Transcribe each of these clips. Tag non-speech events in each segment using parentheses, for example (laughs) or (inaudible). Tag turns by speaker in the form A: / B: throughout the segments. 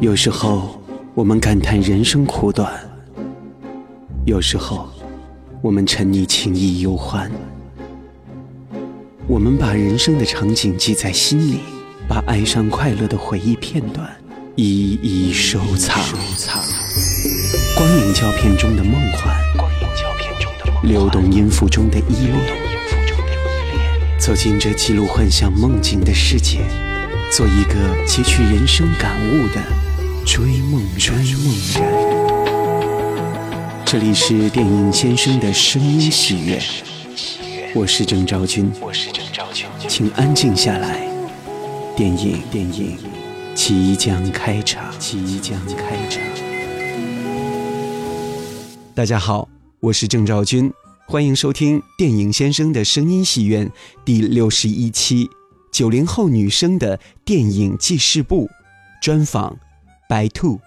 A: 有时候我们感叹人生苦短，有时候我们沉溺情意忧欢。我们把人生的场景记在心里，把哀伤快乐的回忆片段一一收藏。光影胶片中的梦幻，
B: 光影胶片中的梦幻
A: 流动音符中的依恋。
B: 音符中的依恋，
A: 走进这记录幻想梦境的世界，做一个汲取人生感悟的追梦追梦人。这里是电影先生的声音喜悦，我是郑昭君，
B: 我是郑昭君。
A: 请安静下来。电影电影即将开场，即将开场。大家好，我是郑兆君，欢迎收听《电影先生的声音戏院》第六十一期“九零后女生的电影记事簿”专访白兔。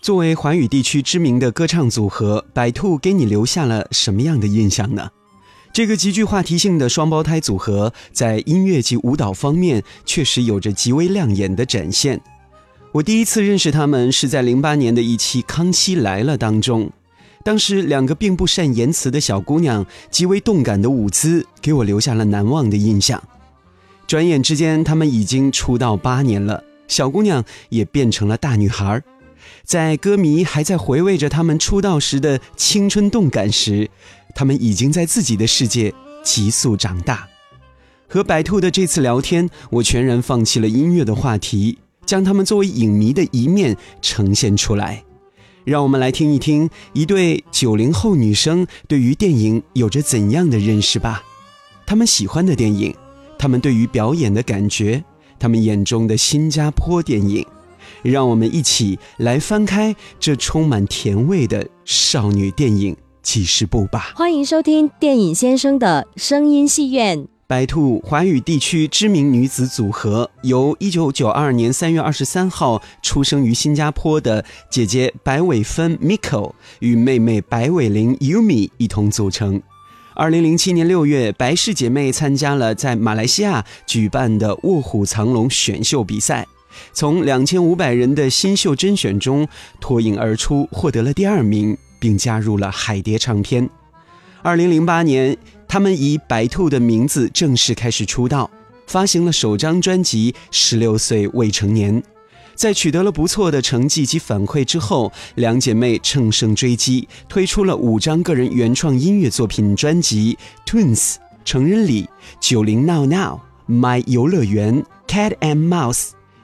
A: 作为华语地区知名的歌唱组合，白兔给你留下了什么样的印象呢？这个极具话题性的双胞胎组合，在音乐及舞蹈方面确实有着极为亮眼的展现。我第一次认识他们是在零八年的一期《康熙来了》当中，当时两个并不善言辞的小姑娘，极为动感的舞姿，给我留下了难忘的印象。转眼之间，她们已经出道八年了，小姑娘也变成了大女孩儿。在歌迷还在回味着她们出道时的青春动感时，他们已经在自己的世界急速长大。和白兔的这次聊天，我全然放弃了音乐的话题，将他们作为影迷的一面呈现出来。让我们来听一听一对九零后女生对于电影有着怎样的认识吧。她们喜欢的电影，她们对于表演的感觉，她们眼中的新加坡电影。让我们一起来翻开这充满甜味的少女电影记事簿吧。
C: 欢迎收听电影先生的声音戏院。
A: 白兔华语地区知名女子组合，由1992年3月23号出生于新加坡的姐姐白伟芬 Miko 与妹妹白伟玲 Yumi 一同组成。2007年6月，白氏姐妹参加了在马来西亚举办的《卧虎藏龙》选秀比赛，从2500人的新秀甄选中脱颖而出，获得了第二名，并加入了海蝶唱片。二零零八年，他们以白兔的名字正式开始出道，发行了首张专辑《十六岁未成年》。在取得了不错的成绩及反馈之后，两姐妹乘胜追击，推出了五张个人原创音乐作品专辑《Twins》、《成人礼》、《九零 Now Now》、《My 游乐园》、《Cat and Mouse》，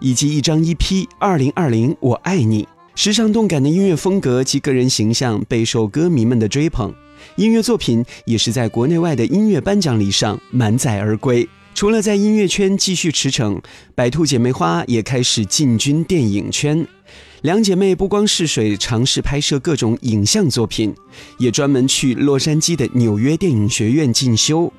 A: 以及一张 EP《二零二零我爱你》。时尚动感的音乐风格及个人形象备受歌迷们的追捧。音乐作品也是在国内外的音乐颁奖礼上满载而归。除了在音乐圈继续驰骋，白兔姐妹花也开始进军电影圈。两姐妹不光试水尝试拍摄各种影像作品，也专门去洛杉矶的纽约电影学院进修。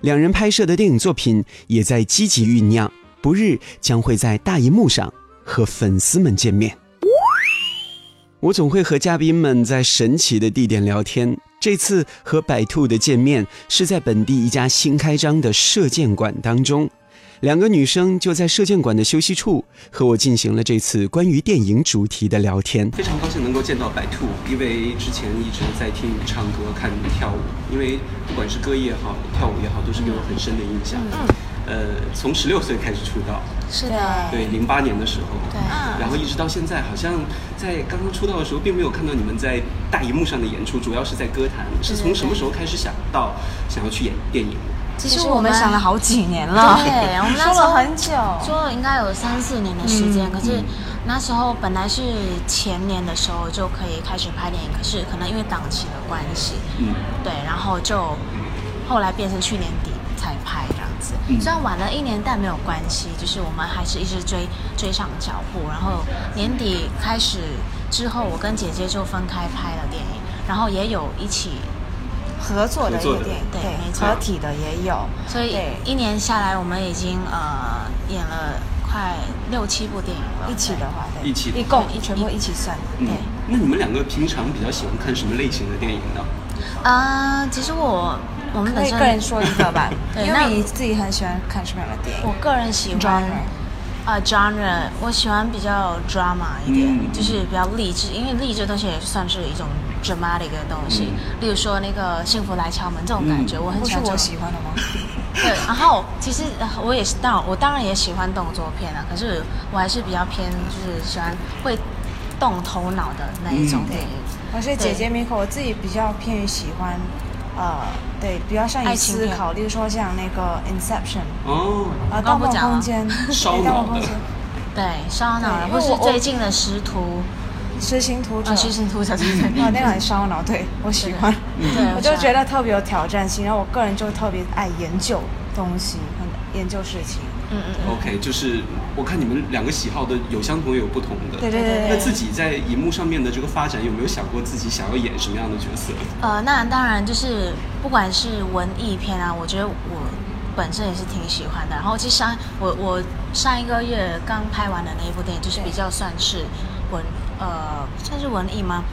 A: 两人拍摄的电影作品也在积极酝酿，不日将会在大荧幕上和粉丝们见面。我总会和嘉宾们在神奇的地点聊天。这次和百兔的见面是在本地一家新开张的射箭馆当中，两个女生就在射箭馆的休息处和我进行了这次关于电影主题的聊天。
D: 非常高兴能够见到白兔，因为之前一直在听你唱歌、看你跳舞，因为不管是歌也好、跳舞也好，都是给我很深的印象。呃，从十六岁开始出道，
E: 是的，
D: 对，零八年的时候，
E: 对
D: 然后一直到现在，好像在刚刚出道的时候，并没有看到你们在大荧幕上的演出，主要是在歌坛。是从什么时候开始想到想要去演电影？
E: 其
F: 其实我们想了好几年了，
E: 对，我们那
F: 说
E: 时候
F: 了很久。
E: 说了应该有三四年的时间。
F: 嗯
E: 可是那时候本来是前年的时候就可以开始拍电影，可是可能因为档期的关系，
D: 嗯，
E: 对，然后就后来变成去年底才拍这样子。
D: 嗯
E: 虽然晚了一年，但没有关系，就是我们还是一直追追上脚步。然后年底开始之后，我跟姐姐就分开拍了电影，然后也有一起
F: 合作的一个电影，
E: 对没错
F: 合体的也有，
E: 所以
F: 对
E: 一年下来，我们已经呃演了快六七部电影了，
F: 一起的话，对，
D: 一起
F: 一共
E: 对一
F: 全部一起算，
D: 嗯
F: 对。，
D: 那你们两个平常比较喜欢看什么类型的电影呢？
E: 啊、其实我我们
F: 可
E: 本
F: 以
E: 身
F: 个人说一个吧
E: (laughs) ，对
F: 因
E: 那
F: 为你自己很喜欢看什么样的电
E: 我
F: 影
E: 个人喜欢
F: Genre
E: 啊、genre，我喜欢比较 drama 一点，
D: 嗯
E: 就是比较励志，因为励志的东西也算是一种 dramatic 的东西。例如说那个《幸福来敲门》这种感觉，嗯我很
F: 不
E: 喜
F: 是
E: 欢这种。
F: 我喜欢的吗？
E: 对，然后其实呃我也是，当然我当然也喜欢动作片啊，可是我还是比较偏就是喜欢会动头脑的那一种
D: 嗯
E: 电影。
F: 我是姐姐 Miko，我自己比较偏于喜欢，呃，对，比较善于
E: 爱情
F: 思
E: 片
F: 考，例如说像那个 Inception，
D: 哦，
F: 啊，《
E: 刚
F: 盗
E: 不
F: 梦
E: 讲了
F: 空间》
D: (laughs)
F: 对，
D: 烧
F: 《盗
D: 脑
F: 梦
D: 的
F: 空间
E: 对，烧脑了，
F: 对因为
E: 或是
F: 我嗯
E: 最近的《师徒》
F: 实行图者
E: 啊，《虚。心屠者》对对对
F: 啊，那个很烧脑，对我喜欢，
E: 对，
F: 我就
E: 喜
F: 觉
E: 欢
F: 得特别有挑战性，然后我个人就特别爱研究东西，很研究事情。
E: 嗯嗯
D: OK，就是我看你们两个喜好的有相同也有不同的。
F: 对对
E: 对
F: 对
D: 那
F: 对，
D: 自己在荧幕上面的这个发展，有没有想过自己想要演什么样的角色？
E: 呃，那当然就是不管是文艺片啊，我觉得我本身也是挺喜欢的。然后其实上我我上一个月刚拍完的那一部电影，就是比较算是文呃算是文艺吗？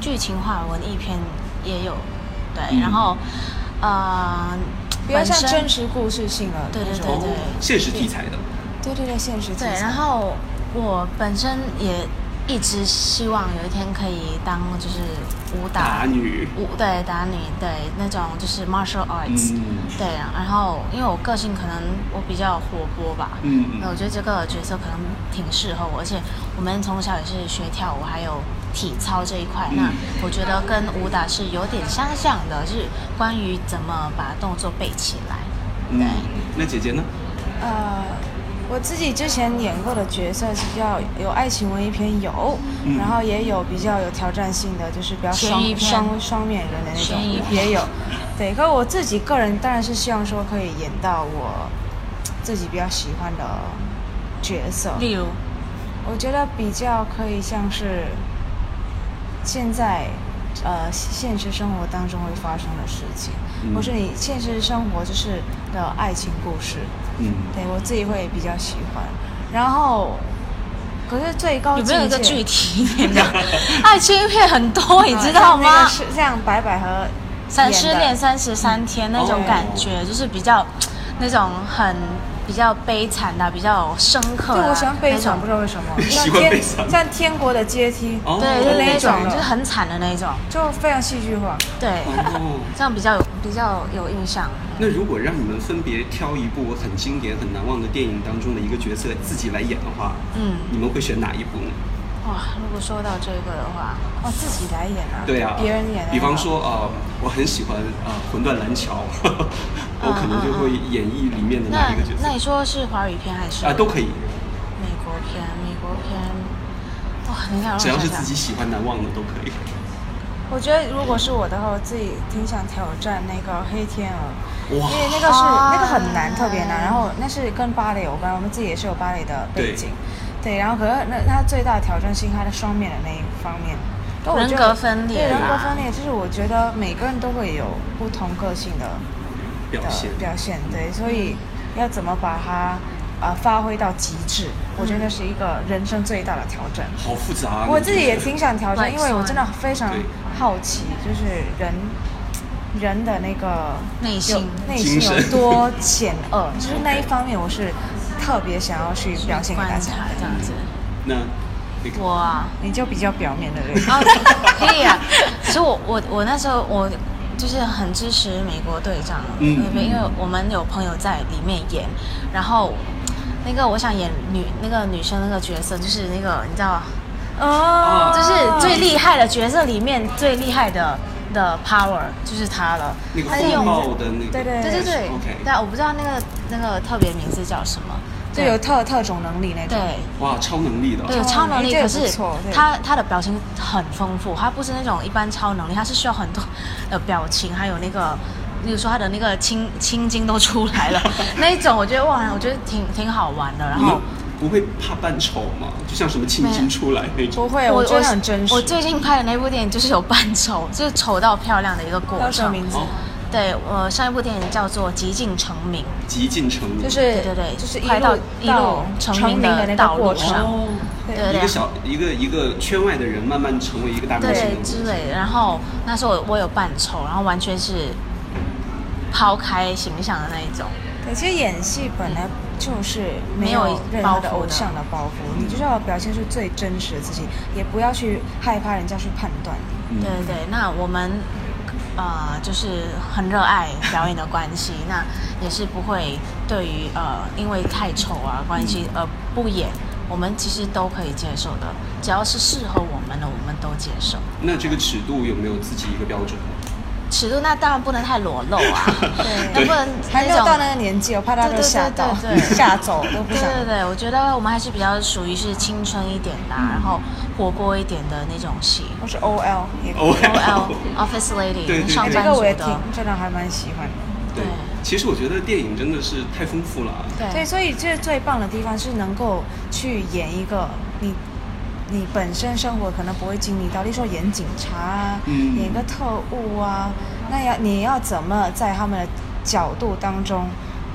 E: 剧情化文艺片也有，对，
F: 嗯
E: 然后呃
F: 比较像
E: 本身
F: 真实故事性的
E: 对对
F: 那种
E: 对对
D: 哦现实题材的。
F: 对对对，现实题
E: 对，
F: 材
E: 然后我本身也一直希望有一天可以当就是啊武打
D: 打女
E: 舞对打女对那种就是 martial arts，、
D: 嗯
E: 对啊，然后因为我个性可能我比较活泼吧，
D: 嗯嗯
E: 那我觉得这个角色可能挺适合我，而且我们从小也是学跳舞还有体操这一块，
D: 嗯
E: 那我觉得跟武打是有点相像的，就是关于怎么把动作背起来，对。
D: 嗯，那姐姐呢？
F: 呃，我自己之前演过的角色是比较有爱情文艺片有，然后也有比较有挑战性的，就是比较
E: 悬
F: 双
E: 疑片
F: 双双面人的那
E: 悬疑
F: 种
E: 片
F: 也有。对，可是我自己个人当然是希望说可以演到我自己比较喜欢的角色，
D: 哦
E: 例如，
F: 我觉得比较可以像是现在呃现实生活当中会发生的事情，或是你现实生活就是的爱情故事。
D: 嗯，
F: 对我自己会比较喜欢。然后，可是最
E: 有
F: 高境界
E: 没有一个具体一点的？爱情片很 (laughs) 多，你
F: 啊
E: 知道
F: 像那
E: 吗
F: 个？是像白百合
E: 三
F: 演
E: 失
F: 的哦
E: 恋三十三天那种感觉，就是比较那种很比较悲惨的、比较深刻
F: 对，
E: 的。
F: 我喜欢悲惨，不
E: 那
F: 知
E: 种
F: 道为什
D: 喜
F: 么，像
D: 欢
F: 天
D: 悲惨
F: 像天国的阶梯，
D: 哦
E: 对，
F: 就
E: 就是那
F: 那种
E: 种，
F: 的
E: 就是很惨的那种。
F: 就非常戏剧化。
E: 对，
D: 哦，
E: 这样比较有比较有印象。
D: 那如果让你们分别挑一部很经典、很难忘的电影当中的一个角色自己来演的话，
E: 嗯
D: 你们会选哪一部呢？
E: 哇，如果说到这个的话，
F: 哦，自己来演啊，
D: 对啊，
F: 别人演的那种。
D: 比方说啊、呃我很喜欢啊、呃魂断蓝桥》， (laughs) 我可能就会演绎里面的哪一
E: 那
D: 个角
E: 嗯
D: 色
E: 那你说是华语片还是
D: 啊，都可以，
E: 美国片？美国片，哇，你看，
D: 只要是自己喜欢、难忘的都可以。
F: 我觉得如果是我的话，我自己挺想挑战那个黑天鹅，
D: 哇
F: 因为那个是、
E: 啊
F: 那个很难，特
E: 哦
F: 别难。然后那是跟芭蕾有关，我们自己也是有芭蕾的背景，对。然后可是那它最大的挑战性，它的双面的那一方面，但我觉得
E: 人格分裂
F: 对人格
E: 啦
F: 分裂，就是我觉得每个人都会有不同个性的
D: 表
F: 的
D: 现，
F: 表现，
E: 嗯
F: 对，所以要怎么把它呃发挥到极致，我觉得是一个人生最大的挑战。
D: 好复杂、
E: 嗯
D: 啊。
F: 我自己也
D: 听。
F: 挺想挑战，
E: Black
F: 因为我真的非常
D: 对
F: 好奇，就是人人的那个
E: 内
F: 有
E: 心
F: 内
D: 精
F: 心
D: 神
F: 有多险恶，就是那一方面我是特别想要去表现给大
E: 观
F: 家
E: 察。这样子，
D: 那那个
E: 我啊。
F: 你就比较表面的人，
E: 然后可以啊。其实我我我那时候我就是很支持美国队长
D: 嗯
E: 那边，因为我们有朋友在里面演，然后那个我想演女那个女生那个角色，就是那个你知道，
F: 哦
E: 就是最厉害的角色里面最厉害的的 power 就是她了。
D: 那个
E: 她是
D: 风
E: 用
D: 暴的那个，
F: 对对
E: 对对对
D: OK
E: 但我不知道那个那个特别名字叫什么。
F: 就有特特种能力那种。
E: 对，
D: 哇，超能力的，
E: 对，
F: 超
E: 超能
F: 能力
E: 力，
F: 哎这
E: 可
F: 个
E: 是
F: 不错对
E: 他他的表情很丰富，他不是那种一般超能力，他是需要很多的表情，还有那个，例如说他的那个青青筋都出来
D: (laughs)
E: 了，那一种我觉得哇，我觉得挺挺好玩的。然
D: 你们
F: 嗯
E: 后
D: 不会怕扮丑吗？就像什么青筋出来那种
F: 不，会，我觉得很真实。
E: 我最近拍的那部电影就是有扮丑，就是丑到漂亮的一个过
F: 叫什么
E: 程。
F: 名字？
D: 哦
E: 对，我上一部电影叫做《极尽成名》，
D: 极尽成名，
F: 就是
E: 对对对
F: 就是一
E: 快
F: 路
E: 到一路成
F: 成
E: 名的
F: 的那
E: 道
F: 个
E: 路
F: 过
E: 上
F: 程。
D: 哦，
F: 对
E: 对
D: 一
E: 对
D: 个。小一个一个圈外的人，慢慢成为一个大明星
E: 对
D: 人物
E: 之类的。然后那时候我我有扮丑，然后完全是抛开形象的那一种。
F: 对，其实演戏本来就是
E: 没
F: 没
E: 有
F: 有任
E: 包
F: 何的
E: 袱
F: 偶
E: 的
F: 像的包袱，你就是要表现出最真实的自己，也不要去害怕人家去判断你。
E: 对对对，那我们呃就是很热爱表演的关系，那也是不会对于呃因为太丑啊关系而不演，我们其实都可以接受的，只要是适合我们的，我们都接受。
D: 那这个尺度有没有自己一个标准？
E: 尺度那当然不能太裸露
F: (laughs)
E: 啊，
D: 对
E: 对，能不能
F: 还没有
E: 种
F: 到那个年纪，我怕他
E: 对
F: 都
E: 对
F: 吓
E: 对
F: 到
E: 对对
F: (laughs) 吓走，都不
E: 对
F: 想。
E: 对对，我觉得我们还是比较属于是青春一点
F: 嗯
E: 的啊、然后活泼一点的那种
F: (laughs)
E: 戏。
F: 我是 OL 也可以
D: OL
E: O L Office
D: 对对
E: Lady
D: 对
E: 上
F: 这
E: 班
F: 个
E: 族
F: 我也挺
E: 的，
F: 真的还蛮喜欢的。
E: 对
D: 其实我觉得电影真的是太丰富了。啊
F: 对，
E: 对
F: 所以这最棒的地方是能够去演一个你你本身生活可能不会经历到，例如说演警察啊，
D: 嗯
F: 演个特务啊，那要你要怎么在他们的角度当中，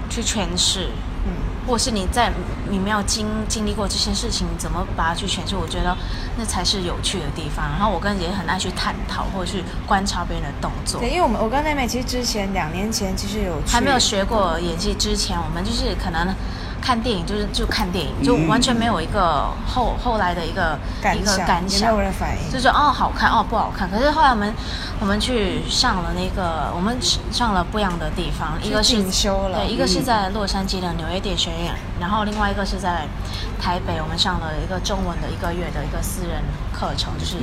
E: 去诠释。
F: 嗯，
E: 或是你在你没有经经历过这些事情，你怎么把它去诠释？我觉得那才是有趣的地方。然后我跟也很爱去探讨或者去观察别人的动作
F: 对，。因为我们我跟妹妹其实之前两年前其实有去
E: 还没有学过演技之前，我们就是可能看电影就是就看电影，就完全没有一个后后来的一个
F: 嗯感
E: 一个
F: 想，
E: 感
F: 也没
E: 想
F: 有。人反应，
E: 就是哦好看哦不好看，可是后来我们我们去上了那个，我们上了不一样的地方，一个是
F: 进修了嗯
E: 对，一个是在洛杉矶的纽约电学院，然后另外一个是在台北，我们上了一个中文的一个月的一个私人课程，就是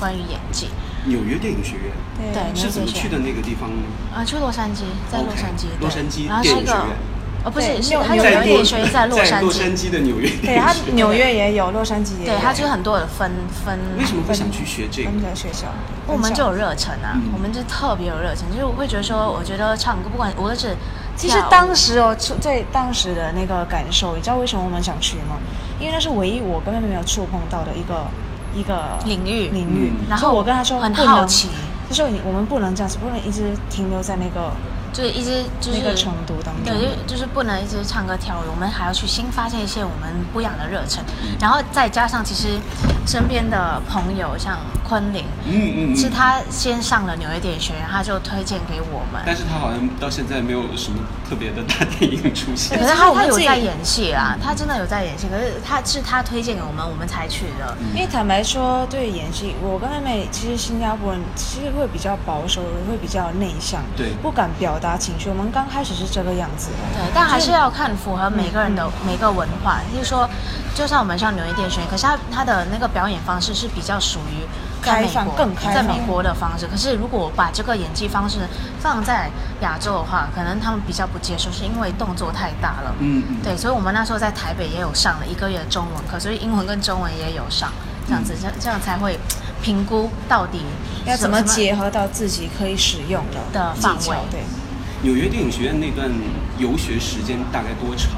E: 关于演技。
D: 纽约电影学院
E: 对纽
D: 是
E: 约
D: 怎
E: 电
D: 么
E: 学
D: 去
E: 院
D: 的那个地方呢？
E: 啊，去洛杉矶，在洛杉矶
D: OK，
E: 对
D: 洛杉矶
E: 然后是
D: 电
E: 一
D: 影
E: 个
D: 学院，
E: 哦，不是，
F: 对
E: 是
F: 纽
E: 它
F: 纽
E: 有
F: 约
E: 一
F: 电
E: 个
F: 影
E: 电学院在洛
D: 在
E: 杉
D: 洛
E: 矶
D: 杉，矶的纽约电影学
F: 对，
D: 院。
E: (laughs)
F: 他纽约也有，洛杉矶也有，
E: 对，它就是很多的分分。
D: 为什么会想去学这个
F: 他？们的学校，
E: 我们就有
F: 分校
E: 热忱啊，
D: 嗯
E: 我们就特别有热忱，就是我会觉得说，我觉得唱歌不管无论是
F: 其实
E: 跳舞
F: 当时哦，出对当时的那个感受，你知道为什么我们想去吗？因为那是唯一我跟妹妹没有触碰到的一个一个
E: 领域
F: 领域。
D: 嗯
E: 然
F: 所以
E: 后
F: 我跟她说
E: 很
F: 不
E: 好
F: 能
E: 奇，
F: 就是你我们不能这样子，不能一直停留在那个
E: 就是一直就是
F: 那个程度当中
E: 对，就就是不能一直唱歌跳舞，我们还要去新发现一些我们不一样的热忱，
F: 嗯
E: 然后再加上其实身边的朋友像昆凌，
D: 嗯嗯嗯。
E: 是他先上了纽约电影学院，他就推荐给我们，
D: 但是他好像到现在没有什么特别的大电影出现
E: (laughs) 可。是
F: 其实
E: 他
F: 我们
E: 他有
F: 自己
E: 在演戏啦，他真的有在演戏，可是他是他推荐给我们，我们才去的。
F: 因为坦白说，对于演戏，我跟妹妹其实新加坡人其实会比较保守，会比较内向，
D: 对
F: 不敢表达情绪。我们刚开始是这个样子，
E: 对，呃但还是要看符合每个人的
F: 嗯
E: 每个文化。就是说，就像我们上纽约电学院，可是他他的那个表演方式是比较属于在
F: 开
E: 美
F: 放
E: 国
F: 更开
E: 在
F: 放
E: 美国的方式。可是如果把这个演技方式放在亚洲的话，可能他们比较不接受，是因为动作太大了。
D: 嗯嗯
E: 对，所以我们那时候在台北也有上了一个月的中文课，所以英文跟中文也有上，这样子，这、这样才会评估到底
F: 要
E: 是
F: 怎么
E: 什
F: 结合到自己可以使用的
E: 的
F: 技
E: 范
F: 巧
E: 围
F: 对。
D: 纽约电影学院那段游学时间大概多长？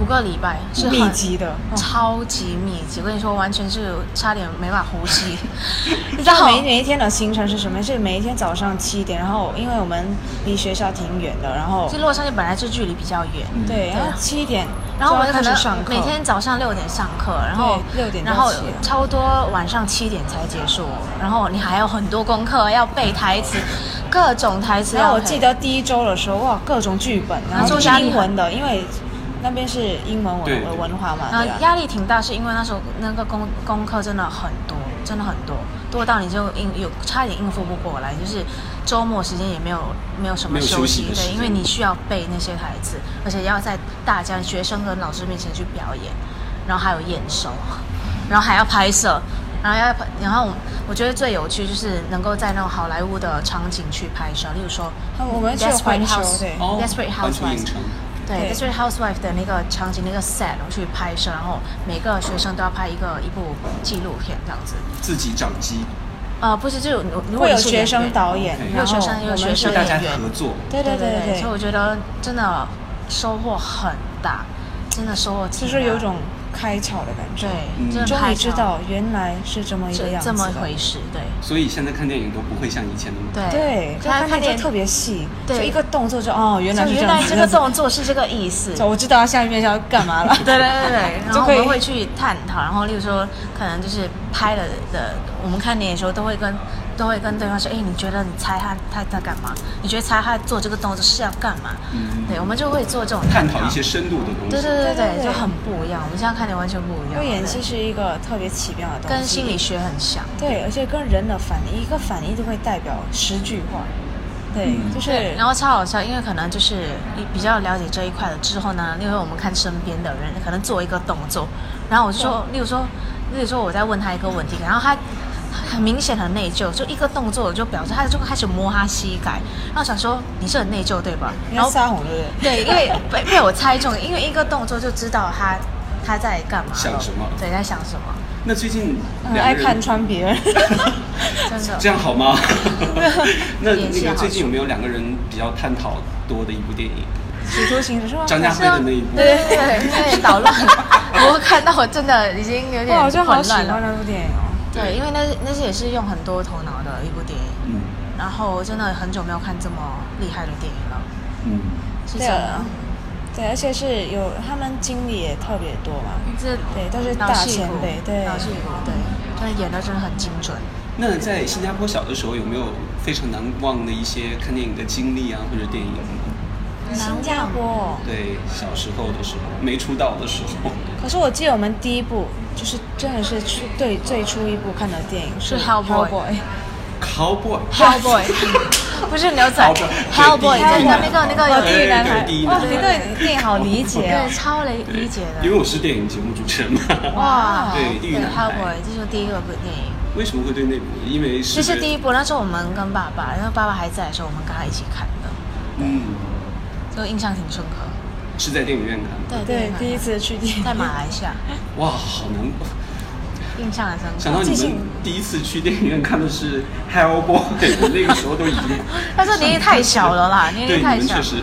E: 五个礼拜是很
F: 密集的，
E: 哦
F: 嗯
E: 超级密集，我跟你说，完全是差点没法呼 (laughs) 吸。你知
F: 然
E: 道
F: 后每每一天的行程是什么？是每一天早上七点，然后因为我们离学校挺远的，然后
E: 其实洛杉矶本来就距离比较远，
F: 对，
E: 啊
F: 然后七点，
E: 然后我们可
F: 开始
E: 能
F: 上课，
E: 每天早上六点上课，然后
F: 对6点就
E: 然后
F: 起了
E: 差不多晚上七点才结束，然后你还有很多功课要背台词，各种台词
F: 然
E: 要
F: 后
E: 背。
F: 我记得第一周的时候，哇，各种剧本，然
E: 那
F: 后
E: 时候
F: 都是
E: 压力
F: 英
E: 很
F: 文的，因为那边是英文
D: 对
F: 文
D: 对啊
F: 文化嘛，
E: 然后
F: 对吧？
E: 压力挺大，是因为那时候那个功功课真的很多，真的很多，多到你就应有差点应付不过来，就是周末时间也没有没有什
D: 没
E: 么
D: 有休
E: 休
D: 息
E: 息，
D: 的时
E: 对，
D: 间
E: 因为你需要背那些台词，而且要在大家学生跟老师面前去表演，然后还有验收，然后还要拍摄。然后要拍，然后我觉得最有趣就是能够在那种好莱坞的场景去拍摄，例如说
F: 啊我们去
E: Desperate
F: 环球
E: House，
F: 对
D: 哦
E: Desperate
D: 环球
E: Housewives
D: 影城
E: 对，
F: 对
E: 就是 Housewife 的那个场景那个 set 我去拍摄，然后每个学生都要拍一个一部纪录片这样子。
D: 自己掌机，
E: 呃，不是，就如果
F: 会有
E: 你是演
F: 学
E: 员
F: 生导演，
D: 对
E: 有
F: 然后
E: 学生
F: 我
E: 有
F: 们
E: 学
F: 是
E: 生
D: 就大家
E: 演员
D: 合作。
F: 对对
E: 对
F: 对
E: 所以
F: 对，
E: 我觉得真的收获很大，真的收获挺
F: 就
E: 大
F: 是有一种开窍的感觉
E: 对，，
D: 嗯
E: 真的
F: 终
E: 拍
F: 于知
E: 照
F: 道原来是这么一个
E: 这
F: 样子
E: 这
F: 的，
E: 么回事，对
D: 所以现在看电影都不会像以前那么
E: 对
F: 对，
E: 可是
F: 就看
E: 看
F: 那
E: 见
F: 就特别细，
E: 对
F: 就一个动作就哦，原来
E: 就是
F: 这
E: 原
F: 样
E: 来
F: 子。
E: 这个动作是这个意
F: (laughs)
E: 思，
F: 走，我知道下一面要干嘛
E: (laughs)
F: 了。
E: 对对对对，然
F: 就
E: 后
F: 可
E: 我
F: 以
E: 们会去探讨，然后例如说，可能就是拍了的，我们看电影的时候都会跟都会跟对方说，哎，你觉得你猜他他在干嘛？你觉得猜他做这个动作是要干嘛？
D: 嗯
E: 对，我们就会做这种
D: 探讨一些。深度的东西。
E: 对对对
F: 对对
E: 对，
F: 对
E: 就很不一样，我们现在看的完全不一
F: 因
E: 样。
F: 为演戏
E: 对
F: 是一个特别奇妙的东西，
E: 跟心理学很像。
F: 对，而且跟人的反应，一个反应就会代表十句话，对，
D: 嗯
F: 就是
E: 对，然后超好笑，因为可能就是你比较了解这一块了之后呢，因为我们看身边的人可能做一个动作，然后我就说，例如说，例如说我在问他一个问题，然后他很明显很内疚，就一个动作我就表示他就开始摸他膝盖，然后我想说你是很内疚对吧？
F: 你
E: 然
F: 要
E: 后
F: 撒谎对不
E: 对，
F: 对？
E: 因为被被我猜中，因为一个动作就知道他他在干嘛了，
D: 想什么
E: 对，在想什么，
D: 那最近
F: 很
D: 两
F: 爱
D: 个
F: 看
D: 人
F: 穿
E: (laughs)
F: 别人，
E: 真的
D: 这。样好吗？那
E: 演
D: 那
E: 戏
D: 个
E: 好
D: 最近有没有两个人比较探讨多的一部电影？
F: 许多情人是吗？
D: 张家辉的那一部。
E: 对对对，有点捣乱了。我看到我真的已经有点
F: 哇，我就好
E: 混
F: 喜
E: 乱
F: 欢
E: 了。
F: 那部电影哦，
E: 对，因为那那些也是用很多头脑的一部电影，
D: 嗯
E: 然后真的很久没有看这么厉害的电影了，
D: 嗯，
E: 是
F: 对
E: 真的
F: 啊。，对，而且是有他们经历也特别多嘛，
E: 这
F: 对都是
E: 嗯脑
F: 大
E: 戏
F: 前
E: 骨
F: 辈对
E: 脑戏骨，对，真的演的真的很精
F: (laughs)
E: 准。
D: 那在新加坡小的时候有没有非常难忘的一些看电影的经历啊，或者电影？
F: 新加坡哦。
D: 对，小时候的时候，没出道的时候，
F: 可是我记得我们第一部就是真的是出对最初一部看的电影
E: 是 Hellboy
D: 《
F: Hellboy，
D: Cowboy》
E: Hellboy，不 (laughs) 是牛仔
D: Hellboy，
E: ，Hellboy，
D: 对
E: 真的
D: 第一
E: 那个那
D: 男
E: 个
F: 哦
D: 孩
E: 有
D: 对
E: 点
D: 对第一
F: 哇，
D: 男
F: 你对电影好理解哦
E: 对，超理理解
D: 因
E: 的。
D: 为我是电影节目主持人嘛。
E: 哇，
D: (laughs) 对地狱男孩
E: Hellboy，这是第一个部电影，
D: 为什么会对那部？因为是
E: 这是第一部。那时候我们跟爸爸，然后爸爸还在的时候，我们跟他一起看的，
D: 嗯，
E: 就印象挺深刻。
D: 是在电影院看的。
E: 对
F: 对，第一次去电
E: (laughs)
F: 影
E: 在马来西亚，
D: 哇，好难过！
E: 印象很深刻。
D: 想到你们第一次去电影院看的是《Hellboy》，那
E: (laughs)
D: 个时候都已经。
E: 但是年纪太小了啦，年
D: (laughs) 对，
E: 纪
D: 你
E: 太
D: 们
E: 小
D: 确。实。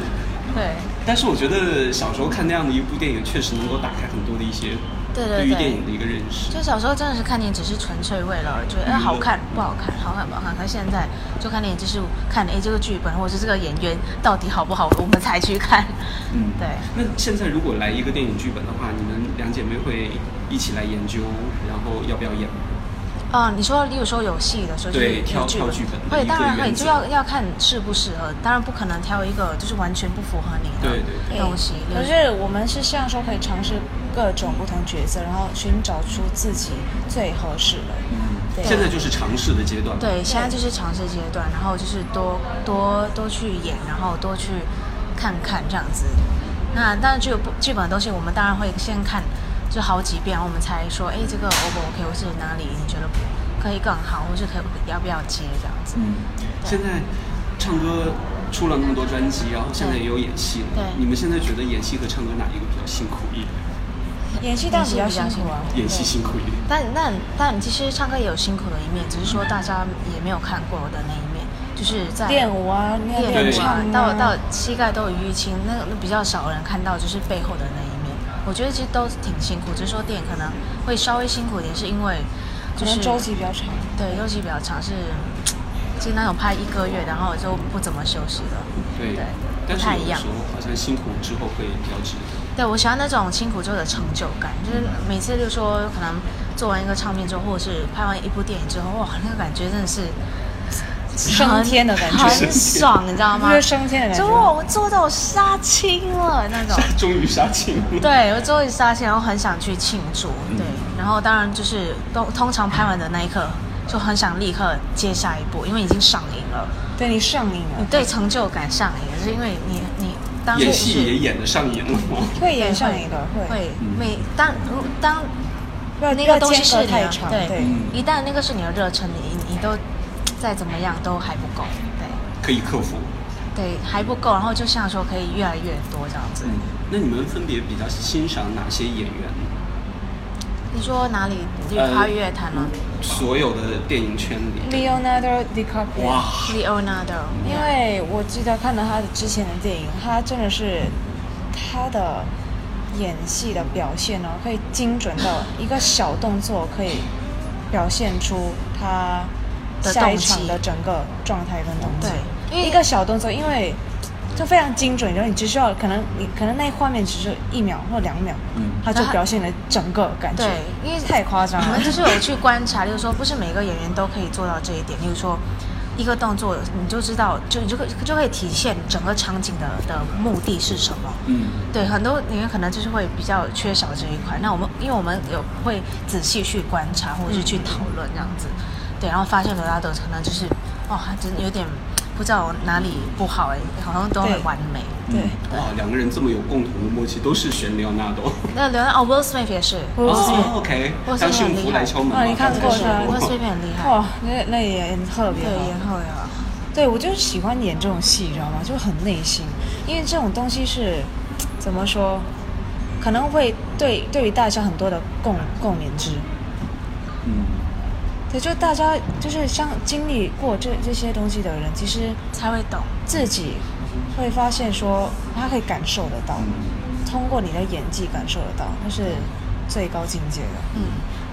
E: 对
D: 但是我觉得小时候看那样的一部电影，确实能够打开很多的一些
E: 对对
D: 于
E: 对
D: 电影的一个认识。
E: 就小时候真的是看电影，只是纯粹为了觉得
D: 娱乐
E: 哎好看不好看，好看不好看。可是现在就看电影，就是看哎这个剧本或者是这个演员到底好不好，我们才去看。 (laughs)
D: 嗯
E: 对。
D: 那现在如果来一个电影剧本的话，你们两姐妹会一起来研究，然后要不要演？
E: 啊、你说，例如说有戏的时候，就是
D: 对
E: 有
D: 挑
E: 剧
D: 挑
E: 本
D: 剧本的
E: 会
D: 一
E: 当
D: 个
E: 然会，
D: 嗯原
E: 就
D: 则
E: 要要看适不适合，当然不可能挑一个就是完全不符合你
D: 对
E: 的
D: 对
F: 对
E: 东西。例如
F: 可是我们是希望说可以尝试各种不同角色，然后寻找出自己最合适的。对
D: 嗯现在就是尝试的阶段。。
E: 对，现在就是尝试阶段，然后就是多多多去演，然后多去看看这样子。那当然，剧本剧本的东西，我们当然会先看，就好几遍，我们才说，哎，这个 O 不 OK，或是哪里你觉得可以更好，或是可以要不要接这样子。
D: 嗯。现在唱歌出了那么多专辑，然后现在也有演戏了。
E: 对
D: 你们现在觉得演戏和唱歌哪一个比较辛苦一点？
F: 演戏当然比较辛苦啊，
D: 演戏辛苦一点。
E: 但但但其实唱歌也有辛苦的一面，只是说大家也没有看过我的那一面，就是在
F: 练舞啊，你要
E: 练
F: 练
E: 舞
F: 唱
E: 啊
F: 啊，，
E: 到到膝盖都有淤青，那个那比较少人看到就是背后的那一面。我觉得其实都挺辛苦，只是说电影可能会稍微辛苦一点，是因为
F: 可
E: 就
F: 能
E: 是
F: 周期比较长。
E: 对周期比较长，是就是那种拍一个月，然后就不怎么休息了。
D: 对
E: 对
D: 但
E: 不
D: 是
E: 太
D: 有
E: 一
D: 的
E: 样
D: 时候好像辛苦之后会比较值得。
E: 对，我喜欢那种辛苦之后的成就感，就是每次就说可能做完一个唱片之后，或者是拍完一部电影之后，哇，那个感觉真的是
F: 升天的感觉
E: 很爽，你知道吗？
F: 就是升天的感觉
E: 就哇，我做到杀青了那种。
D: 终于杀青了。
E: 对，我终于杀青，然后很想去庆祝。对，
D: 嗯
E: 然后当然就是通通常拍完的那一刻，就很想立刻接下一步，因为已经上瘾了，
F: 对你上瘾
E: 你
F: 了，
E: 对成就感上瘾了，就是因为你你 (laughs) 当
D: 演
E: 时
D: 戏也
E: 是
D: 演得上瘾了吗？
F: 会
E: 对
F: 演上瘾的，会。
E: 会
D: 嗯
E: 每当如当
F: 不要
E: 那
F: 不要
E: 个东西
F: 间隔
E: 是你
F: 太
E: 的
F: 长，
E: 对
F: 对，
D: 嗯
E: 一旦那个是你的热忱，你你都再怎么样都还不够，对
D: 可以克服。
E: 对还不够，然后就像说可以越来越多这样子。
D: 嗯，那你们分别比较欣赏哪些演员？
E: 你说哪里？就
D: 呃
E: 跨越谈吗
D: 所有的电影圈里，
F: Leonardo DiCaprio。
D: 哇，
E: ？Leonardo，
F: 因为我记得看了他的之前的电影，他真的是他的演戏的表现呢，可以精准到一个小动作可以表现出他
E: 的
F: 下
E: 动
F: 一
E: 机
F: 场的整个状态跟动
E: 对
F: 机。
E: 因为
F: 一个小动作，因为就非常精准，然后你只需要可能你可能那一画面只是一秒或两秒，
D: 嗯
F: 它就表现了整个感觉，
E: 对，因为
F: 太夸张
E: 我
F: 了
E: 们，就是有去观察，例如说，不是每个演员都可以做到这一点。例如说，一个动作，你就知道，就你就可以就可以体现整个场景的的目的是什么。
D: 嗯，
E: 对，很多演员可能就是会比较缺少这一块。那我们因为我们有会仔细去观察或者是去讨论这样子，对，然后发现罗大德可能就是，哦，他真的有点不知道哪里不好哎、好像都
F: 对
E: 很完美。
D: 嗯
F: 对。
D: 哇，两个人这么有共同的默契，都是选里奥纳多。
E: 那刘哦，Will Smith 也是。
F: Will Smith
D: 哦，OK，
E: Will Smith
D: 当幸福来敲门吗
F: 哦你看过
D: (laughs)
F: 他
E: ，Will Smith 很厉害。
F: 哇，那那也特别哦
E: 对，
F: 好。
E: 然后呀。
F: 对，我就是喜欢演这种戏，你知道吗？就是很内心，因为这种东西是怎么说，可能会对对于大家很多的共共鸣之。
D: 嗯，
F: 对，就大家就是像经历过这这些东西的人，其实
E: 才会懂。
F: 自己会发现说，他可以感受得到，通过你的演技感受得到，那是最高境界的。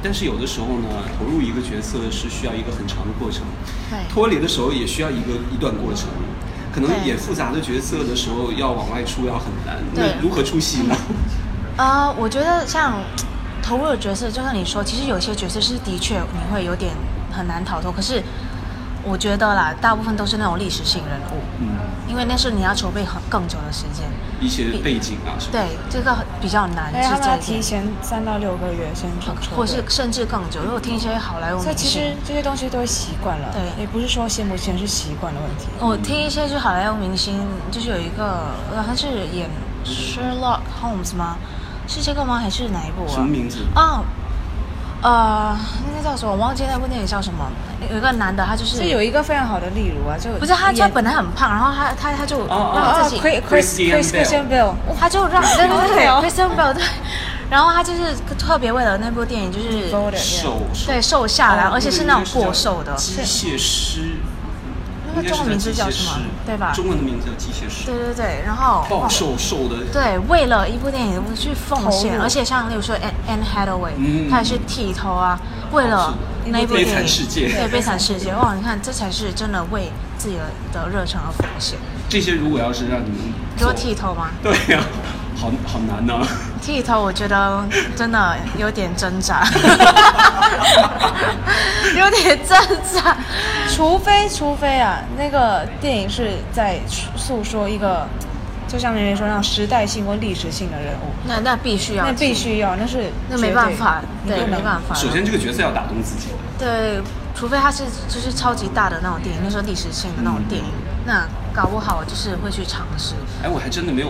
D: 但是有的时候呢，投入一个角色是需要一个很长的过程，
E: 对
D: 脱离的时候也需要一个一段过程。可能
E: 对
D: 演复杂的角色的时候，要往外出要很难。
E: 对
D: 那如何出戏
E: (laughs)
D: 呢？
E: 呃，我觉得像投入的角色，就像你说，其实有些角色是的确你会有点很难逃脱。可是我觉得啦，大部分都是那种历史性人物，
D: 嗯，
E: 因为那是你要筹备很更久的时间。
D: 一些背景啊什么。
E: 对，这个比较难，
F: 而且哎他
E: 是
F: 们
E: 这
F: 要
E: 一
F: 提
E: 点。
F: 前三到六个月先准备，
E: 或是甚至更久。如果听一些好莱坞
F: 所以
E: 明
F: 其实
E: 星，
F: 这些东西都会习惯了，
E: 哦对哦
F: 也不是说羡不羡，是习惯的问题。
E: 我听一些就好莱坞明星，就是有一个，呃，他是演 Sherlock Holmes 吗？是这个吗？还是哪一部啊？
D: 什么名字？
E: 哦，呃，那个叫什么？我忘记那部电影叫什么。有一个男的，他就是
F: 是有一个非常好的例如啊，就
E: 不是他，他
F: 演
E: 本来很胖，然后他他他就
D: 哦
E: 让
F: 啊
E: 自己，
F: ，Chris Chris
D: Christian
F: Chris Christian Bale，
E: 他就让对对对
F: 对哦
E: 对，Kristen Bell 对，然后他就是特别为了那部电影就是
D: 手手
E: 对瘦下
D: 哦
E: 来，而且是那种过瘦的，
D: 机械师。
E: 那个中文名字叫什么
D: 应该是机械师
E: 对吧
D: 中文的名字叫机械师
E: 对。对对，然后
D: 暴瘦瘦的。
E: 对，为了一部电影去奉
F: 投
E: 献，
F: 入
E: 而且像例如说 Anne Anne Hathaway，、
D: 嗯
E: 她也是剃头啊，为了
D: 是
E: 那一部
D: 悲
E: 电影，
D: 惨世界
E: 对悲惨世界，哇，你看这才是真的为自己的的热忱而奉献。
D: 这些如果要是让你们
E: 给
D: 做
E: 我剃头吗？
D: 对呀、好好难啊呐、
E: 剃头我觉得真的有点挣扎，
D: (laughs)
E: 有点挣扎。
F: 除非除非啊，那个电影是在诉说一个，就像明明说那种时代性或历史性的人物，
E: 那那必须要剃，
F: 那必须要，那是
E: 那没办法，
F: 绝
E: 对，
F: 你不
E: 没
F: 能
E: 办法。啊
D: 首先，这个角色要打动自己，
E: 对，除非它是就是超级大的那种电影，那时候历史性的那种电影，
F: 嗯
E: 那搞不好我就是会去尝试。
D: 哎，我还真的没有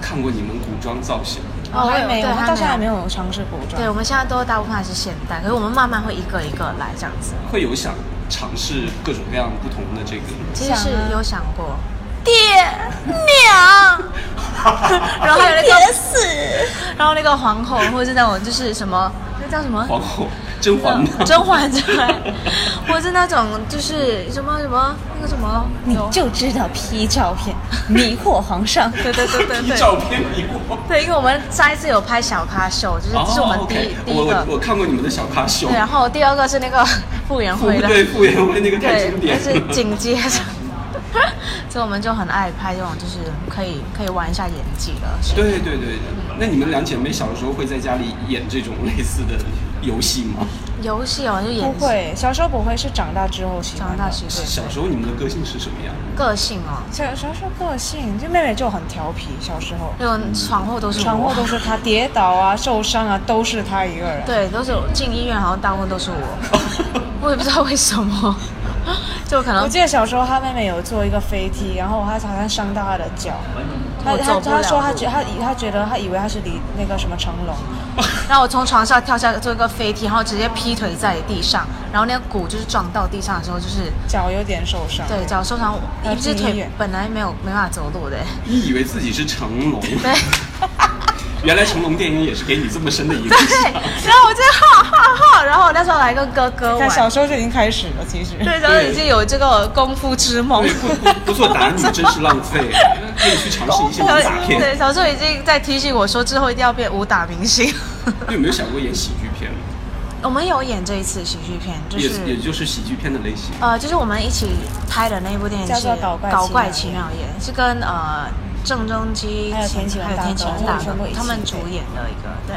D: 看过你们古装造型，
F: 我哦还没，
E: 哦对
F: 我们到现在还没。
E: 还
F: 有尝试古装
E: 对，。我们现在都大部分还是现代，可是我们慢慢会一个一个来这样子。
D: 会有想尝试各种各样不同的这个。 (laughs)
E: 其实是
F: 想啊
E: 有想过，爹娘， (laughs) 然后还有那个死，然后那个皇后或者是那种就是什么，那叫什么？
D: 皇后，甄嬛吗？
E: (laughs) 甄嬛对，或是那种就是什么什么那个什么，
F: 你就知道 P 照片，迷惑皇上。
E: 对对对对
D: 你
E: 对。
D: 照片迷惑。
E: 对，因为我们上一次有拍小咖秀，就是这是我们第一、
D: 哦 OK，
E: 第
D: 我
E: 一个
D: 我，我看过你们的小咖秀
E: 对，，啊然后第二个是那个 (laughs) 傅园
D: 傅
E: 慧的，
D: 对傅园慧那个太
E: 对
D: 经，典
E: 但
D: (laughs)
E: 是
D: 了。
E: 紧接着， (laughs) 所以我们就很爱拍这种，就是可以可以玩一下演技的事。
D: 对对对，那你们两姐妹小时候会在家里演这种类似的游戏吗？
E: 游戏哦，就
F: 不
E: 演技，
F: 会，小时候不会，是长大之后喜欢
E: 长
F: 的。
E: 大习惯。
D: 小时候你们的个性是什么样？
E: 个性哦，
F: 小小时候个性，就妹妹就很调皮，小时候。
E: 那种闯祸都是我
F: 闯祸都是她，跌倒啊、受伤啊，都是她一个人。
E: 对，都是我进医院好像大部分都是
F: (laughs)
E: 我，我也不知道为什么，就可能
F: 我记得小时候她妹妹有坐一个飞梯，然后她好像伤到她的脚，她
E: 我走
F: 她
E: 不了
F: 她说她
E: 路
F: 觉她以她觉得她以为她是李那个什么成龙，
E: 然后我从床上跳下做一个飞踢，然后直接劈腿在地上，然后那个骨就是撞到地上的时候，就是
F: 脚有点受伤。
E: 对脚受伤，
F: 要
E: 一只
F: 进医
E: 腿
F: 院
E: 本来没有没办法走路的。 (laughs)
D: 你以为自己是成龙？(laughs)
E: 对
D: 原来成龙电影也是给你这么深的影
E: 对
D: 响。，
E: 然后我就哈哈哈，然后我那时候来跟哥哥
F: 但小
E: 玩，
F: 时候就已经开始了，其实。
E: (laughs) 对，然后已经有这个功夫之梦
D: 对，。不不不做打女真是浪费，可以去尝试一些武打
E: 对，
D: 片。
E: 小时候已经在提醒我说之后一定要变武打明星。
D: 你有没有想过演喜剧片？
E: (laughs) 我们有演这一次喜剧片，就
D: 也
E: 是
D: 也就是喜剧片的类型。
E: 呃，就是我们一起拍的那部电影
F: 叫
E: 是
F: 做
E: 《
F: 搞怪
E: 搞
F: 奇
E: 怪
F: 妙
E: 奇
F: 夜
E: 妙夜》，是跟呃郑中基
F: 还有田启文
E: 还有
F: 大
E: 田
F: 哥
E: 启文
F: 他们
E: 大
F: 全部
E: 哥
F: 一
E: 他
F: 起
E: 们
F: 对
E: 主演的一个对。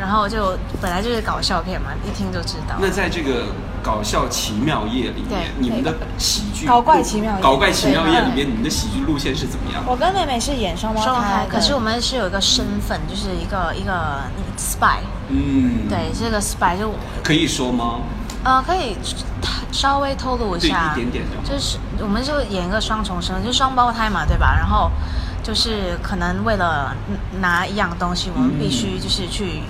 E: 然后就本来就是搞笑片嘛，一听就知道。
D: 那在这个搞笑奇妙夜里面
E: 对，
D: 你们的喜剧
F: 搞怪
D: 路
F: 奇妙夜
D: 搞怪奇妙夜
F: 对
D: 里面，你们的喜剧路线是怎么样？
F: 我跟妹妹是演双胞
E: 双胞
F: 胎
E: 胎，
F: 的，
E: 可是我们是有一个身份，就是一个一个那个 spy，
D: 嗯，，
E: 对，这个 spy 就
D: 可以说吗？
E: 呃可以稍微透露一
D: 对
E: 下，
D: 一点点就好
E: 就是我们就演一个双重身份，就双胞胎嘛，对吧？然后就是可能为了拿一样东西，我们必须就是去、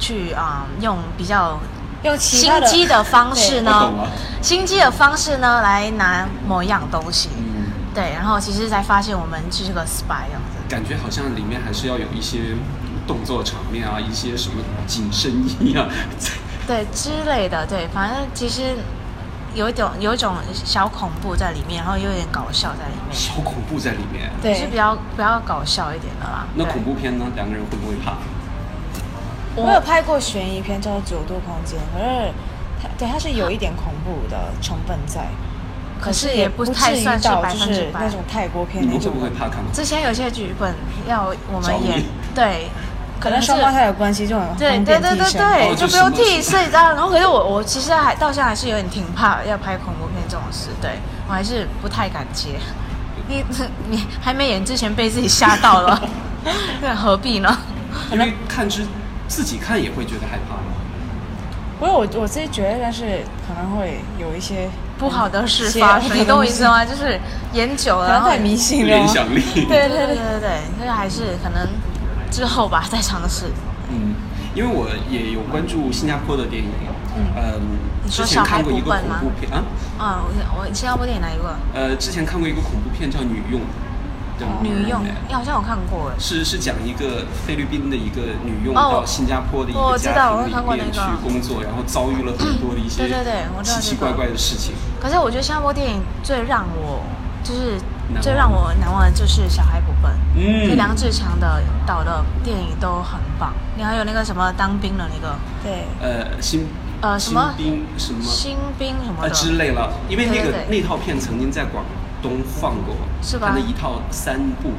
E: 去啊、呃用比较
F: 用其他
E: 心
F: 的
E: 机的哦方式
D: (laughs) 我
E: 呢
D: 懂了，
E: 心机的方式呢来拿某一样东西，
D: 嗯，
E: 对，然后其实才发现我们是个 spy 这样子。
D: 感觉好像里面还是要有一些动作场面啊，一些什么紧身衣
E: (laughs)
D: 啊，
E: 对之类的，对，反正其实有一种有一种小恐怖在里面，然后又有点搞笑在里面，
D: 小恐怖在里面。
E: 是
F: 对
E: 比，较比较搞笑一点的啦。
D: 那
E: 对
D: 恐怖片呢？两个人会不会怕？
F: 我有拍过悬疑片叫《九度空间》，可是它对它是有一点恐怖的成分在，
E: 可是也
F: 也
E: 不
F: 至
E: 太
F: 于
E: 算是
F: 到
E: 百
F: 就
E: 分之
F: 是
E: 百
F: 那。种泰国片
D: 你
F: 那
D: 们会
F: 种
D: 不，会怕看？
E: 之前有些剧本要我
D: 着
E: 们
D: 迷
E: 演，对，
F: 可
E: 可
F: 能
E: 能是
F: 双。胞胎有关系就很
E: 对
F: 很
E: 对
F: 点
E: 对
F: 替
E: 对
F: 身
E: 对，
D: 哦
E: 就
D: 就
E: 不用
D: 什么
E: 替
D: 事
E: 身，你知道。然后，可是我我其实还到现在还是有点挺怕要拍恐怖片这种事，对我还是不太敢接。你你还没演之前被自己吓到了，
D: (laughs)
E: 那何必呢？
D: 因为看之自己看也会觉得害怕吗？
F: 不是我我自己觉得，但是可能会有一些
E: 不好的事发生，你懂我意思？吗？就是演久了，
F: 可
E: 然
F: 能
E: 后
F: 太迷信了
D: 联。想力。
E: 啊对对对对对，那个还是可能之后吧再尝试。
D: 嗯，因为我也有关注新加坡的电影，嗯，
E: 你
D: 之
E: 说
D: 前看过一个
E: 小孩
D: 恐
E: 不笨吗
D: 怖片啊，
E: 啊，我我新加坡电影哪一个？
D: 呃，之前看过一个恐怖片叫《女佣》，对
E: 女佣，
D: 对
E: 哎好像我看过哎。
D: 是是讲一个菲律宾的一个女佣
E: 哦我
D: 到新加坡的一
E: 我
D: 个
E: 知道
D: 家
E: 我看
D: 庭
E: 过
D: 里
E: 那
D: 面
E: 个
D: 去工作，然后遭遇了很多的一些
E: 对对对我知道
D: 奇奇
E: 这个
D: 怪怪的事情。
E: 可是我觉得新加坡电影最让我就是
D: 难忘
E: 最让我难忘的就是《小孩不笨》，
D: 嗯
E: 就梁志强的导的电影都很棒。你还有那个什么当兵的那个
F: 对，
D: 呃，新
E: 呃什么
D: 新兵什么
E: 新兵什么
D: 啊
E: 的，
D: 之类了，因为那个
E: 对对对
D: 那套片曾经在广东放过，
E: 是吧
D: 它那一套三部，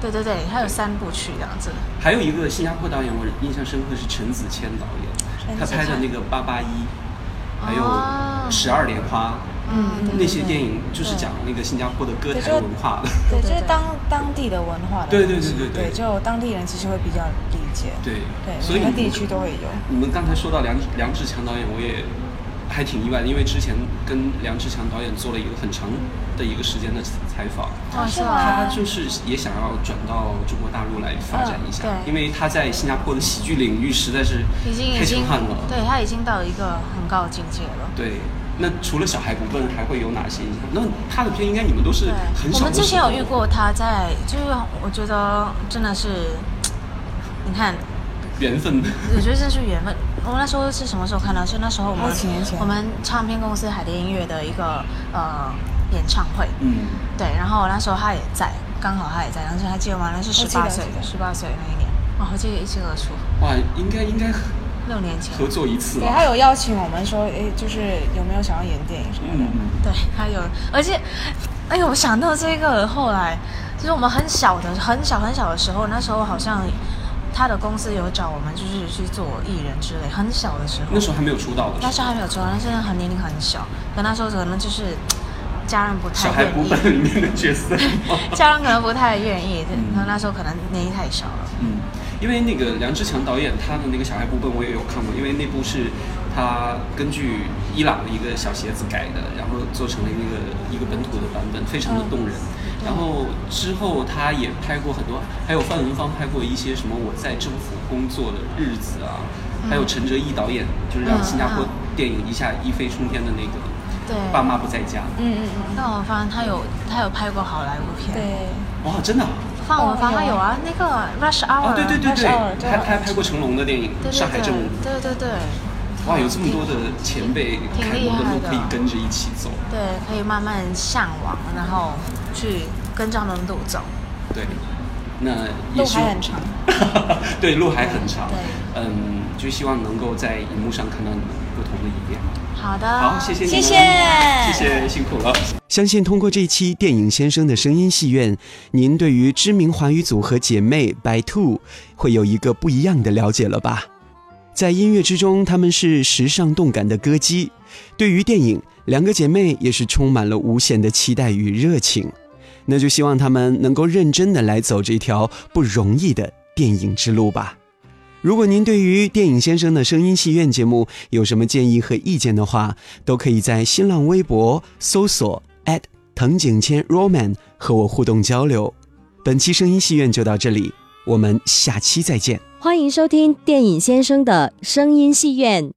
E: 对对对，它有三部曲这样子。
D: 还有一个新加坡导演，我印象深刻是陈子谦导演，他拍的那个《八八一》，还有
E: 哦
D: 《十二莲花》
E: 嗯，
D: 那些电影，就是讲那个新加坡的歌
F: 对
D: 坛
F: 就
D: 文化的。
E: 对
F: 对，就是
E: 对
F: 当当地的文化的
D: 对对
F: 东西
D: 对对对
F: 对，就当地人其实会比较理解，
D: 对
F: 对，
D: 所以
F: 每个
D: 你
F: 地区都会有。
D: 你们刚才说到梁梁志强导演，我也还挺意外的，因为之前跟梁志强导演做了一个很长的一个时间的采访，
E: 哦
F: 是吗
D: 他就是也想要转到中国大陆来发展一下，
E: 嗯
D: 因
E: 对
D: 为他在新加坡的喜剧领域实在是
E: 已经
D: 太强
E: 已经
D: 悍了。
E: 对他已经到一个很高的境界了。
D: 对那除了小孩不笨，还会有哪些影响？那他的片应该你们都是
E: 对，
D: 很
E: 我
D: 少。
E: 们之前有遇，过他在，就是我觉得真的是，你看，
D: 缘分。
E: 我觉得这是缘分。我那时候是什么时候看到？是那时候我们
F: 好几年前
E: 我们唱片公司海蝶音乐的一个呃演唱会，
D: 嗯，
E: 对，然后那时候他也在，刚好他也在，然后他结完了是
F: 记
E: 十
F: 得
E: 八岁
F: 记，得
E: 十八岁那一年，哇，我记得一清二楚，
D: 哇，应该应该合
E: 六年前，
D: 合作一次
F: 对，
D: 了。
F: 他有邀请我们说，诶，就是有没有想要演电影什么
D: 嗯
F: 的。
D: 嗯。
E: 对，还有，而且，哎呦，我想到这个，后来就是我们很小的、很小很小的时候，那时候好像他的公司有找我们，就是去做艺人之类。很小的时候，
D: 那时候还没有出道的时
E: 那
D: 候，
E: 时候还没有出道，那时候很年龄很小，可那时候可能就是家人不太
D: 小孩
E: 愿
D: 不
E: 意，
D: 笨里面的角色。
E: (laughs) 家人可能不太愿意，对
D: 嗯
E: 可能那时候可能年纪太小了。
D: 嗯，因为那个梁志强导演他的那个《小孩不笨》，我也有看过，因为那部是他根据伊朗的一个小鞋子改的，然后做成了那个一个本土的版本，非常的动人。然后之后他也拍过很多，还有范文芳拍过一些什么《我在政府工作的日子》啊，还有陈哲艺导演，就是让新加坡电影一下一飞冲天的那个
E: 对
D: 《爸妈不在家
F: 嗯嗯嗯，
E: 但我发现他有他有拍过好莱坞片，
F: 对，，
D: 哇，真的啊！
E: 放我
F: 哦
E: 发现他有
F: 有
E: 啊，那个 Rush Hour，
D: 哦，对对对
F: 那是
D: 对
F: 奥尔，对
D: 他他还拍过成龙的电影
E: 对
D: 《
E: 对
D: 上海正午》。
E: 对对对。
D: 哇，有这么多的前辈
E: 挺
D: 开
E: 厉
D: 拓的
E: 害
D: 路
E: 的
D: 可以跟着一起走。
E: 对，可以慢慢向往，然后去跟着他们的路走。
D: 对，那也
F: 路
D: 希
F: 还
D: 望
F: 很长。
D: (laughs) 对，路还很长
E: 对。
D: 嗯，就希望能够在荧幕上看到你们不同的一面。
E: 好的，
F: 啊
D: 好，谢谢你
E: 谢
D: 们，
E: 谢，
D: 谢谢，辛苦了。
A: 相信通过这期《电影先生的声音戏院》，您对于知名华语组合姐妹白兔会有一个不一样的了解了吧？在音乐之中，她们是时尚动感的歌姬；对于电影，两个姐妹也是充满了无限的期待与热情。那就希望她们能够认真的来走这条不容易的电影之路吧。如果您对于《电影先生的声音戏院》节目有什么建议和意见的话，都可以在新浪微博搜索藤井千 Roman 和我互动交流。本期声音戏院就到这里，我们下期再见。
C: 欢迎收听《电影先生的声音戏院》。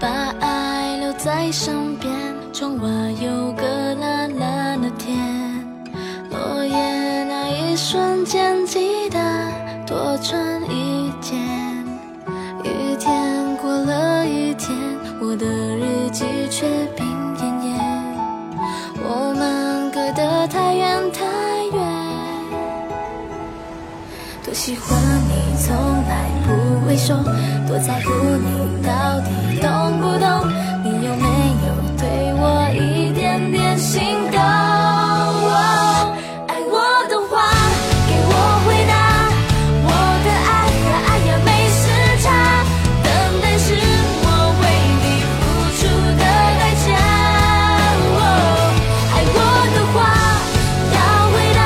G: 把爱留在身边，窗外有个蓝蓝的天，落叶那一瞬间，记得多穿一件。一天过了一天，我的日记却病恹恹，我们隔得太远太远。多喜欢你，从来不会说，多在乎你到底懂不懂？你有没有对我一点点心动？哦爱我的话，给我回答，我的爱和爱也没时差，等待是我为你付出的代价。哦爱我的话要回答，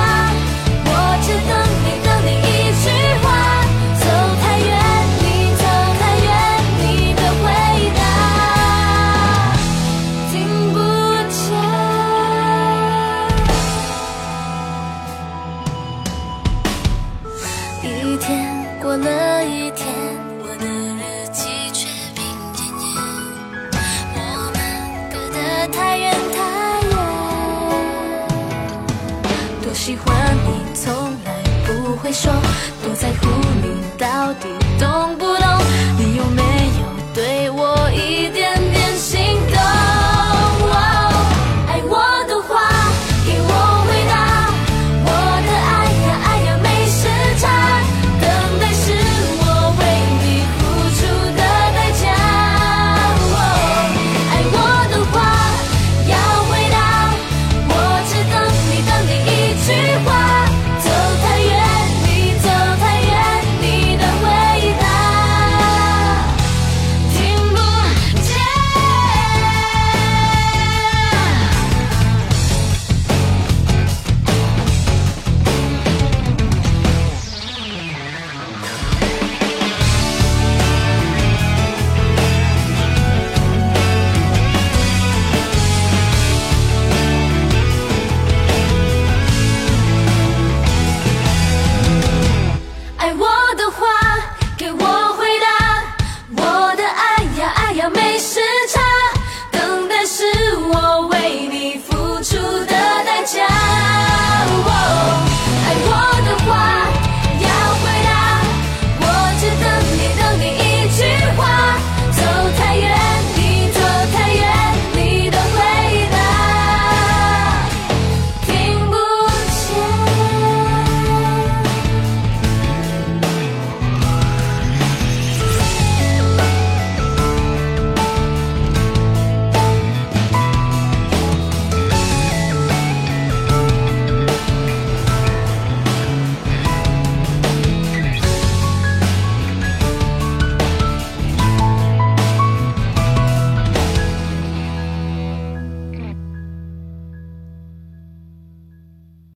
G: 我只等你的你一句话。走太远，你走太远，你的回答听不见。一天过了一天，我的日记却平平淡淡，我们隔得太远太远。多喜欢你，从来不会说，多在乎你，到底懂不